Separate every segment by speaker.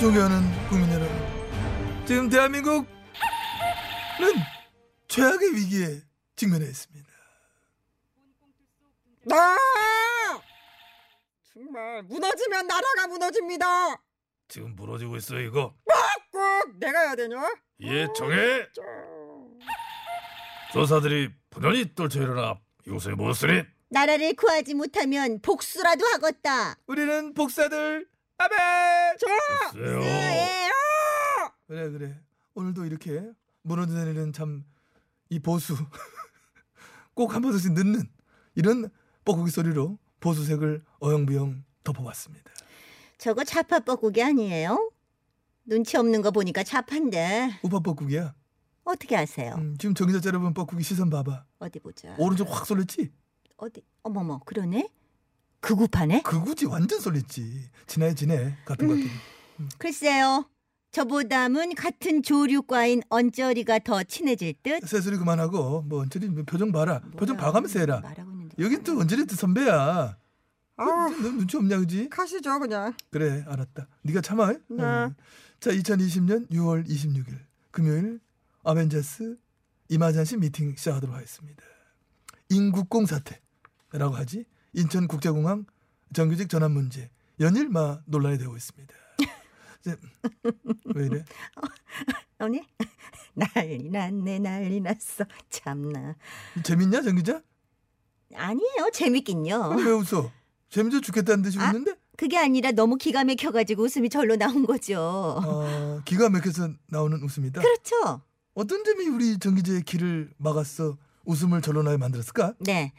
Speaker 1: 존경하는 국민 여러분, 지금 대한민국은 최악의 위기에 직면해 있습니다.
Speaker 2: 나 정말 무너지면 나라가 무너집니다.
Speaker 1: 지금 무너지고 있어 이거.
Speaker 2: 꼭 내가 해야 되냐?
Speaker 1: 예,
Speaker 2: 아,
Speaker 1: 정해.
Speaker 2: 저...
Speaker 1: 조사들이 분연히 떨쳐 일어나 요새 무엇을
Speaker 2: 아,
Speaker 3: 나라를 구하지 못하면 복수라도 하겠다.
Speaker 1: 우리는 복사들 아멘.
Speaker 2: 저...
Speaker 1: 글쎄요.
Speaker 2: 네.
Speaker 1: 그래 그래. 오늘도 이렇게 무너지는 일은 참 이 보수 꼭 한 번씩 늦는 이런 뻐꾸기 소리로 보수색을 어영부영 덮어봤습니다.
Speaker 3: 저거 자파 뻐꾸기 아니에요? 눈치 없는 거 보니까 자판데
Speaker 1: 우파 뻐꾸기야.
Speaker 3: 어떻게 아세요?
Speaker 1: 음, 지금 정기자 여러분 뻐꾸기 시선 봐봐.
Speaker 3: 어디 보자.
Speaker 1: 오른쪽 확 쏠렸지?
Speaker 3: 어디? 어머머 그러네. 극우파네?
Speaker 1: 그구지 완전 쏠렸지. 지나야 지내. 같은 같은.
Speaker 3: 글쎄요. 저보담은 같은 조류과인 언저리가 더 친해질 듯.
Speaker 1: 새소리 그만하고 뭐 언제리 표정 봐라. 표정
Speaker 3: 뭐야,
Speaker 1: 봐가면서 해라.
Speaker 3: 말하고 있는데.
Speaker 1: 여긴 또 언제리 또 선배야.
Speaker 2: 아,
Speaker 1: 너 눈치 없냐 그지?
Speaker 2: 가시죠 그냥.
Speaker 1: 그래 알았다. 네가 참아.
Speaker 2: 네.
Speaker 1: 음. 자 2020년 6월 26일 금요일 아벤져스 이마잔시 미팅 시작하도록 하겠습니다. 인국공 사태라고 하지 인천국제공항 정규직 전환 문제 연일 마 논란이 되고 있습니다. 이제 왜 이래?
Speaker 3: 언니 난리 났네 난리 났어 참나.
Speaker 1: 재밌냐 정기자?
Speaker 3: 아니에요 재밌긴요.
Speaker 1: 왜 웃어? 재밌어 죽겠다는 듯이
Speaker 3: 아.
Speaker 1: 웃는데?
Speaker 3: 그게 아니라 너무 기가 막혀가지고 웃음이 절로 나온 거죠.
Speaker 1: 어, 기가 막혀서 나오는 웃음이다.
Speaker 3: 그렇죠.
Speaker 1: 어떤 점이 우리 정기자의 길을 막았어 웃음을 절로나게 만들었을까?
Speaker 3: 네.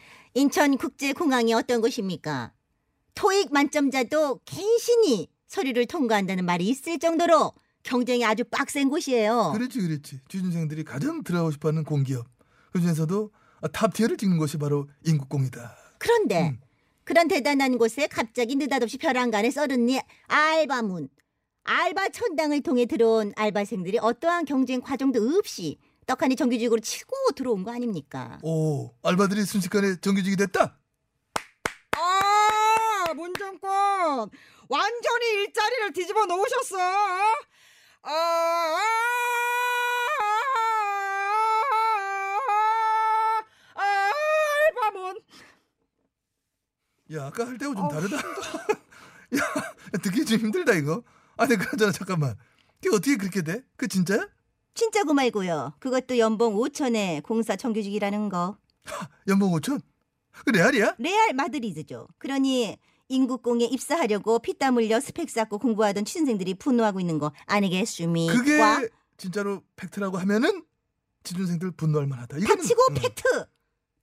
Speaker 3: 인천국제공항이 어떤 곳입니까? 토익 만점자도 갱신이 서류를 통과한다는 말이 있을 정도로 경쟁이 아주 빡센 곳이에요.
Speaker 1: 그렇지 그렇지 취준생들이 가장 들어가고 싶어하는 공기업 그 중에서도 탑티어를 찍는 것이 바로 인국공이다
Speaker 3: 런데
Speaker 1: 음.
Speaker 3: 그런 대단한 곳에 갑자기 느닷없이 벼랑간에 썰은니 알바문, 알바 천당을 통해 들어온 알바생들이 어떠한 경쟁 과정도 없이 떡하니 정규직으로 치고 들어온 거 아닙니까?
Speaker 1: 오 알바들이 순식간에 정규직이 됐다
Speaker 2: 아, 문정권 완전히 일자리를 뒤집어 놓으셨어. 아, 아, 아, 아, 알바몬.
Speaker 1: 야 아까 할 때하고 좀
Speaker 3: 어,
Speaker 1: 다르다 야 듣기 좀 힘들다 이거 아니 네, 그러잖아 잠깐만 그게 어떻게 그렇게 돼? 그 진짜야?
Speaker 3: 진짜고 말고요. 그것도 연봉 5천에 공사 정규직이라는 거.
Speaker 1: 연봉 5천? 그 레알이야?
Speaker 3: 레알 마드리드죠. 그러니 인국공에 입사하려고 피땀 흘려 스펙 쌓고 공부하던 취준생들이 분노하고 있는 거 아니겠습니까?
Speaker 1: 그게 진짜로 팩트라고 하면은 지준생들 분노할 만하다. 이거는-
Speaker 3: 닥치고
Speaker 1: 음.
Speaker 3: 팩트!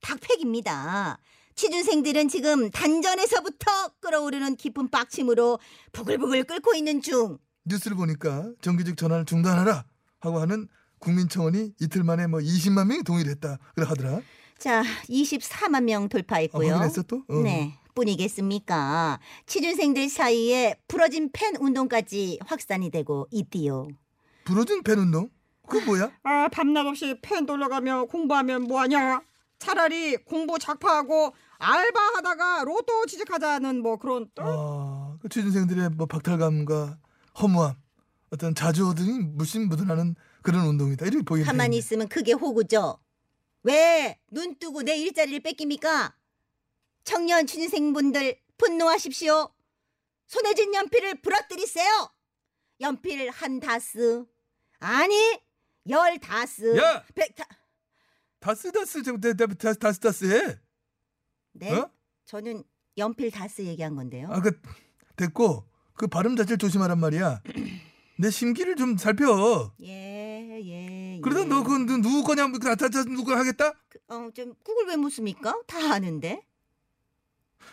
Speaker 3: 닥팩입니다. 취준생들은 지금 단전에서부터 끓어오르는 깊은 빡침으로 부글부글 끓고 있는 중.
Speaker 1: 뉴스를 보니까 정규직 전환을 중단하라 하고 하는 국민청원이 이틀 만에 뭐 20만 명이 동의를 했다 그래 하더라.
Speaker 3: 자, 24만 명
Speaker 1: 아,
Speaker 3: 돌파했고요.
Speaker 1: 확인했어 또? 어.
Speaker 3: 네. 뿐이겠습니까? 취준생들 사이에 부러진 팬 운동까지 확산이 되고 있디요.
Speaker 1: 부러진 팬 운동? 그 뭐야?
Speaker 2: 아, 밤낮 없이 펜 돌려가며 공부하면 뭐하냐? 차라리 공부 작파하고 알바하다가 로또 취직하자는 뭐 그런 또
Speaker 1: 아, 그 취준생들의 뭐 박탈감과 허무함, 어떤 자주 등이 물씬묻어나는 그런 운동이다. 이렇게 보이는.
Speaker 3: 가만히 있으면 그게 호구죠. 왜 눈 뜨고 내 일자리를 뺏깁니까? 청년 취준생분들 분노하십시오. 손해진 연필을 부러뜨리세요. 연필 한 다스 아니 열 다스.
Speaker 1: 야!
Speaker 3: 백 다,
Speaker 1: 다스다스 지금 다- 다- 다- 다스다스해.
Speaker 3: 네,
Speaker 1: 어?
Speaker 3: 저는 연필 다스 얘기한 건데요.
Speaker 1: 아그 됐고 그 발음 자체를 조심하란 말이야. 내 심기를 좀 살펴.
Speaker 3: 예, 예.
Speaker 1: 그러다
Speaker 3: 예.
Speaker 1: 너 그 누구 거냐? 다다다 누구 하겠다?
Speaker 3: 그, 어, 좀 그걸 왜 묻습니까? 다 아는데.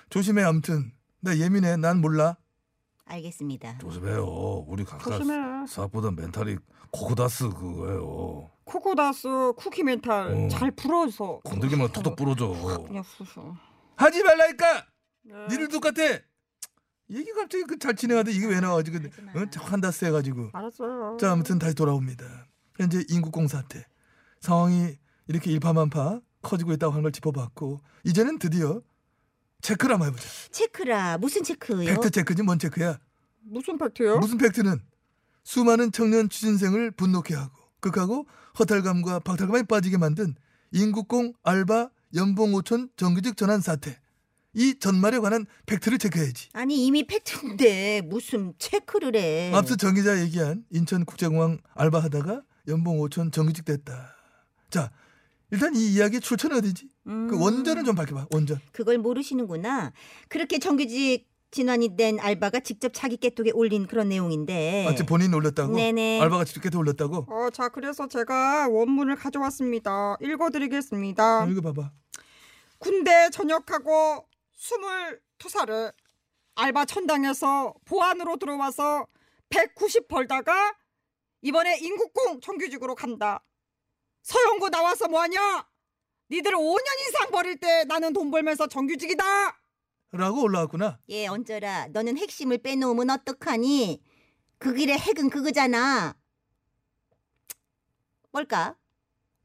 Speaker 1: 조심해 아무튼 나 예민해 난 몰라
Speaker 3: 알겠습니다.
Speaker 4: 조심해요. 우리 각각
Speaker 2: 조심해.
Speaker 4: 생각보다 멘탈이 코코다스 그거예요.
Speaker 2: 코코다스 쿠키 멘탈
Speaker 4: 어.
Speaker 2: 잘 풀어서 아,
Speaker 4: 건들기만 토독 부러져.
Speaker 2: 그냥 쑤셔.
Speaker 1: 하지 말라니까.
Speaker 2: 네.
Speaker 1: 니들 똑같아. 이게 갑자기 그 잘 진행하다 이게 왜 나와 지금 어? 자꾸 한다스 해가지고.
Speaker 2: 알았어요.
Speaker 1: 자 아무튼 다시 돌아옵니다. 현재 인구공 사태 상황이 이렇게 일파만파 커지고 있다고 하는 걸 짚어봤고 이제는 드디어 체크를 한번 해보자.
Speaker 3: 체크라 무슨 체크요?
Speaker 1: 팩트 체크지 뭔 체크야?
Speaker 2: 무슨 팩트요?
Speaker 1: 무슨 팩트는 수많은 청년 취준생을 분노케 하고 극하고 허탈감과 박탈감에 빠지게 만든 인구공 알바 연봉 5천 정규직 전환 사태 이 전말에 관한 팩트를 체크해야지.
Speaker 3: 아니 이미 팩트인데 무슨 체크를 해?
Speaker 1: 앞서 정 기자 얘기한 인천국제공항 알바하다가 연봉 5천 정규직 됐다. 자 일단 이 이야기 출처는 어디지? 그 원전을 좀 밝혀봐. 원전.
Speaker 3: 음. 그걸 모르시는구나. 그렇게 정규직 진환이 된 알바가 직접 자기 깨톡에 올린 그런 내용인데.
Speaker 1: 마치 본인이 올렸다고.
Speaker 3: 네. 네네.
Speaker 1: 알바가 직접 올렸다고.
Speaker 2: 어, 자, 그래서 제가 원문을 가져왔습니다. 읽어드리겠습니다.
Speaker 1: 어, 이거 봐봐.
Speaker 2: 군대 전역하고 22살을 알바 천당에서 보안으로 들어와서 190 벌다가 이번에 인국공 정규직으로 간다. 서영구 나와서 뭐하냐? 니들 5년 이상 벌일 때 나는 돈 벌면서 정규직이다.
Speaker 1: 라고 올라왔구나.
Speaker 3: 예, 언저라. 너는 핵심을 빼놓으면 어떡하니? 그 길의 핵은 그거잖아. 뭘까?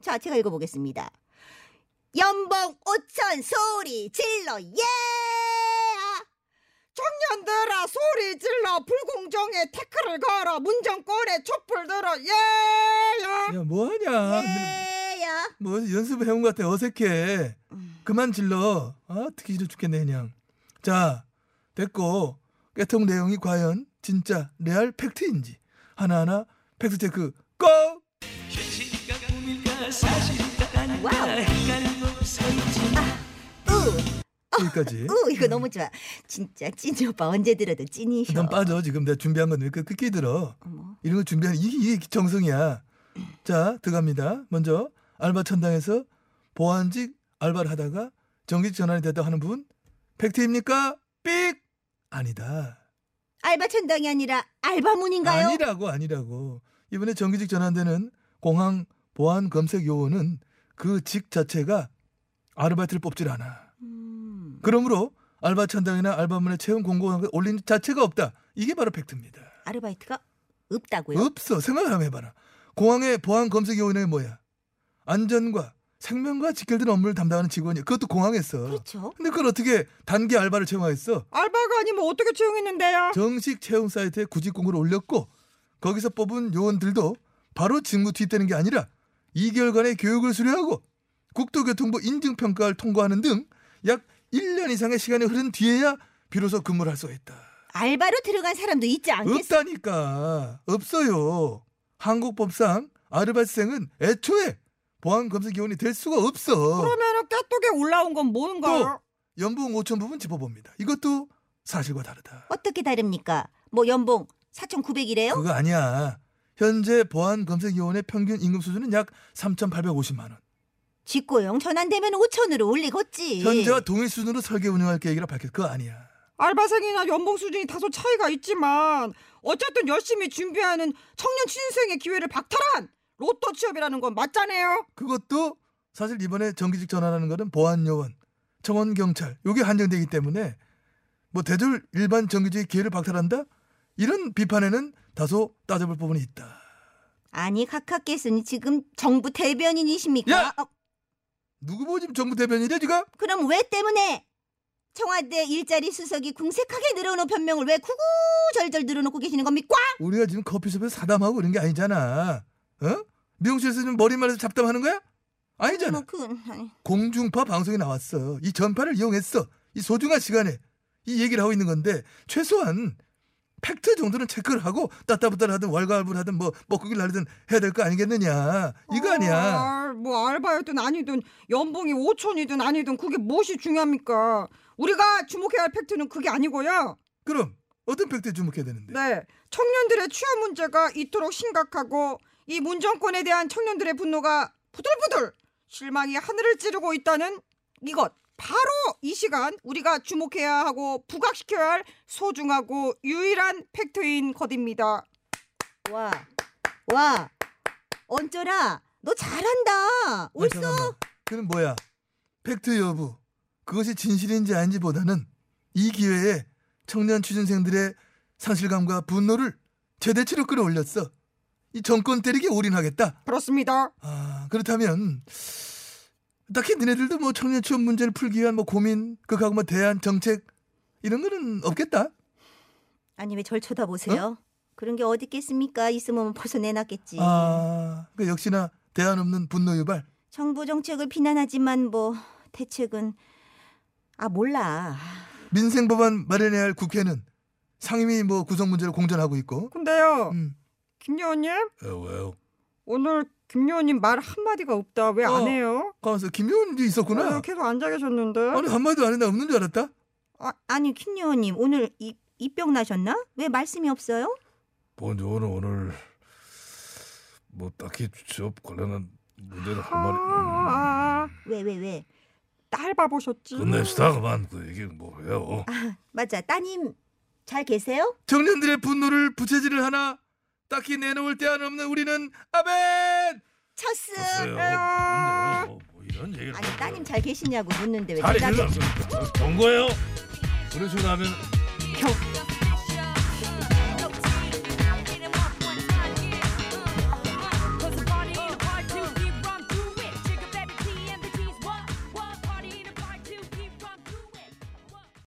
Speaker 3: 자, 제가 읽어보겠습니다. 연봉 5천 소리 질러 예!
Speaker 2: 청년들아 소리 질러 불공정에 태클을 걸어 문정권에 촛불 들어 예! 아. 예야.
Speaker 1: 야 뭐하냐. 네.
Speaker 3: 예야.
Speaker 1: 뭐 연습을 해온 것 같아. 어색해. 그만 질러. 아 듣기 싫어 죽겠네 그냥. 자 됐고 깨통 내용이 과연 진짜 레알 팩트인지 하나하나 팩트 체크 꼭.
Speaker 3: 와우. 아, 으,
Speaker 1: 여기까지.
Speaker 3: 으, 이거 너무 좋아. 진짜 찐이 오빠 언제 들어도 찐이셔.
Speaker 1: 넌 빠져 지금 내가 준비한 건왜 이렇게 끝이 들어
Speaker 3: 어머.
Speaker 1: 이런 거 준비하는 이게, 이게 정성이야 자 들어갑니다 먼저 알바 천당에서 보안직 알바를 하다가 정규직 전환이 됐다 하는 부분 팩트입니까 삑 아니다
Speaker 3: 알바 천당이 아니라 알바문인가요?
Speaker 1: 아니라고 아니라고 이번에 정규직 전환되는 공항 보안 검색 요원은 그 직 자체가 아르바이트를 뽑질 않아
Speaker 3: 음,
Speaker 1: 그러므로 알바 천당이나 알바문에 채용 공고가 올린 자체가 없다 이게 바로 팩트입니다
Speaker 3: 아르바이트가 없다고요?
Speaker 1: 없어. 생각을 한번 해봐라. 공항의 보안 검색 요원은 뭐야? 안전과 생명과 직결된 업무를 담당하는 직원이 그것도 공항에서.
Speaker 3: 그렇죠.
Speaker 1: 근데 그걸 어떻게 단기 알바를 채용하겠어?
Speaker 2: 알바가 아니면 어떻게 채용했는데요?
Speaker 1: 정식 채용 사이트에 구직 공고를 올렸고 거기서 뽑은 요원들도 바로 직무 투입되는 게 아니라 2개월간의 교육을 수료하고 국토교통부 인증평가를 통과하는 등 약 1년 이상의 시간이 흐른 뒤에야 비로소 근무를 할 수가 있다.
Speaker 3: 알바로 들어간 사람도 있지 않겠어?
Speaker 1: 없다니까 없어요 한국 법상 아르바이트생은 애초에 보안 검색 요원이 될 수가 없어
Speaker 2: 그러면은 깨똑에 올라온 건 뭔가요?
Speaker 1: 연봉 5천 부분 짚어봅니다 이것도 사실과 다르다
Speaker 3: 어떻게 다릅니까? 뭐 연봉 4,900이래요?
Speaker 1: 그거 아니야 현재 보안 검색 요원의 평균 임금 수준은 약 3,850만 원
Speaker 3: 직고용 전환되면 5천으로 올리겠지.
Speaker 1: 현재와 동일 수준으로 설계 운영할 계획이라 밝혔 그거 아니야
Speaker 2: 알바생이나 연봉 수준이 다소 차이가 있지만 어쨌든 열심히 준비하는 청년 취준생의 기회를 박탈한 로또 취업이라는 건 맞잖아요.
Speaker 1: 그것도 사실 이번에 정규직 전환하는 거는 보안 요원, 청원 경찰 요게 한정되기 때문에 뭐 대졸 일반 정규직의 기회를 박탈한다 이런 비판에는 다소 따져볼 부분이 있다.
Speaker 3: 아니 카카께서는 지금 정부 대변인이십니까?
Speaker 1: 야!
Speaker 3: 어,
Speaker 1: 누구 보고 지금 정부 대변인이래 지금?
Speaker 3: 그럼 왜 때문에 청와대 일자리 수석이 궁색하게 늘어놓은 변명을 왜 구구절절 늘어놓고 계시는 겁니까? 뭐
Speaker 1: 우리가 지금 커피숍에서 사담하고 그런 게 아니잖아. 어? 미용실에서 지금 머리말해서 잡담하는 거야? 아니잖아.
Speaker 3: 뭐 그건 아니.
Speaker 1: 공중파 방송에 나왔어. 이 전파를 이용했어. 이 소중한 시간에 이 얘기를 하고 있는 건데 최소한 팩트 정도는 체크를 하고 따따부따를 하든 월가부를 하든 뭐 먹고기를 날리든 해야 될 거 아니겠느냐. 이거 아니야.
Speaker 2: 아, 뭐 알바였든 아니든 연봉이 5천이든 아니든 그게 무엇이 중요합니까? 우리가 주목해야 할 팩트는 그게 아니고요.
Speaker 1: 그럼 어떤 팩트에 주목해야 되는데?
Speaker 2: 네, 청년들의 취업 문제가 이토록 심각하고 이 문정권에 대한 청년들의 분노가 부들부들 실망이 하늘을 찌르고 있다는 이것 바로 이 시간 우리가 주목해야 하고 부각시켜야 할 소중하고 유일한 팩트인 것입니다.
Speaker 3: 와, 와, 언쩌라, 너 잘한다. 옳소.
Speaker 1: 아, 잠깐만. 그는 뭐야? 팩트 여부. 그것이 진실인지 아닌지보다는 이 기회에 청년 취준생들의 상실감과 분노를 최대치로 끌어올렸어. 이 정권 때리기 올인하겠다.
Speaker 2: 그렇습니다.
Speaker 1: 아, 그렇다면 딱히 니네들도 뭐 청년 취업 문제를 풀기 위한 뭐 고민, 그하고 뭐 대안 정책 이런 거는 없겠다.
Speaker 3: 아니 왜 절 쳐다보세요? 그런 게 어디 있겠습니까? 있으면 벌써 내놨겠지.
Speaker 1: 아, 그 역시나 대안 없는 분노 유발.
Speaker 3: 정부 정책을 비난하지만 뭐 대책은 아 몰라.
Speaker 1: 민생 법안 마련해야 할 국회는 상임위 뭐 구성 문제를 공전하고 있고.
Speaker 2: 근데요,
Speaker 1: 음.
Speaker 2: 김여원님
Speaker 4: 예, 왜요?
Speaker 2: 오늘 김여원님 말 한마디가 없다. 왜 안
Speaker 1: 어. 네.
Speaker 2: 해요?
Speaker 1: 가만있어 김효은도 있었구나.
Speaker 2: 어, 계속 앉아 계셨는데.
Speaker 1: 아니 한마디도 안 했나 없는 줄 알았다.
Speaker 3: 아니 킴요원님 오늘 이 입병 나셨나? 왜 말씀이 없어요?
Speaker 4: 뭐 이제 오늘 오늘 뭐 딱히 취업 관련한 문제는
Speaker 2: 아,
Speaker 4: 한 말이. 음.
Speaker 2: 아, 아,
Speaker 3: 왜 왜 왜?
Speaker 2: 딸 봐보셨지?
Speaker 4: 끝냅시다 그만 그 얘기 뭐 해요.
Speaker 3: 맞아 따님 잘 계세요?
Speaker 1: 청년들의 분노를 부채질을 하나 딱히 내놓을 대안 없는 우리는 아멘.
Speaker 3: 첫스.
Speaker 4: 글쎄요.
Speaker 2: 아.
Speaker 4: 근데요, 뭐 이런 얘기를.
Speaker 3: 아니 따님 잘 계시냐고 묻는데 왜
Speaker 4: 잘해
Speaker 3: 대답을
Speaker 4: 줄 거예요. 그런 식으로 하면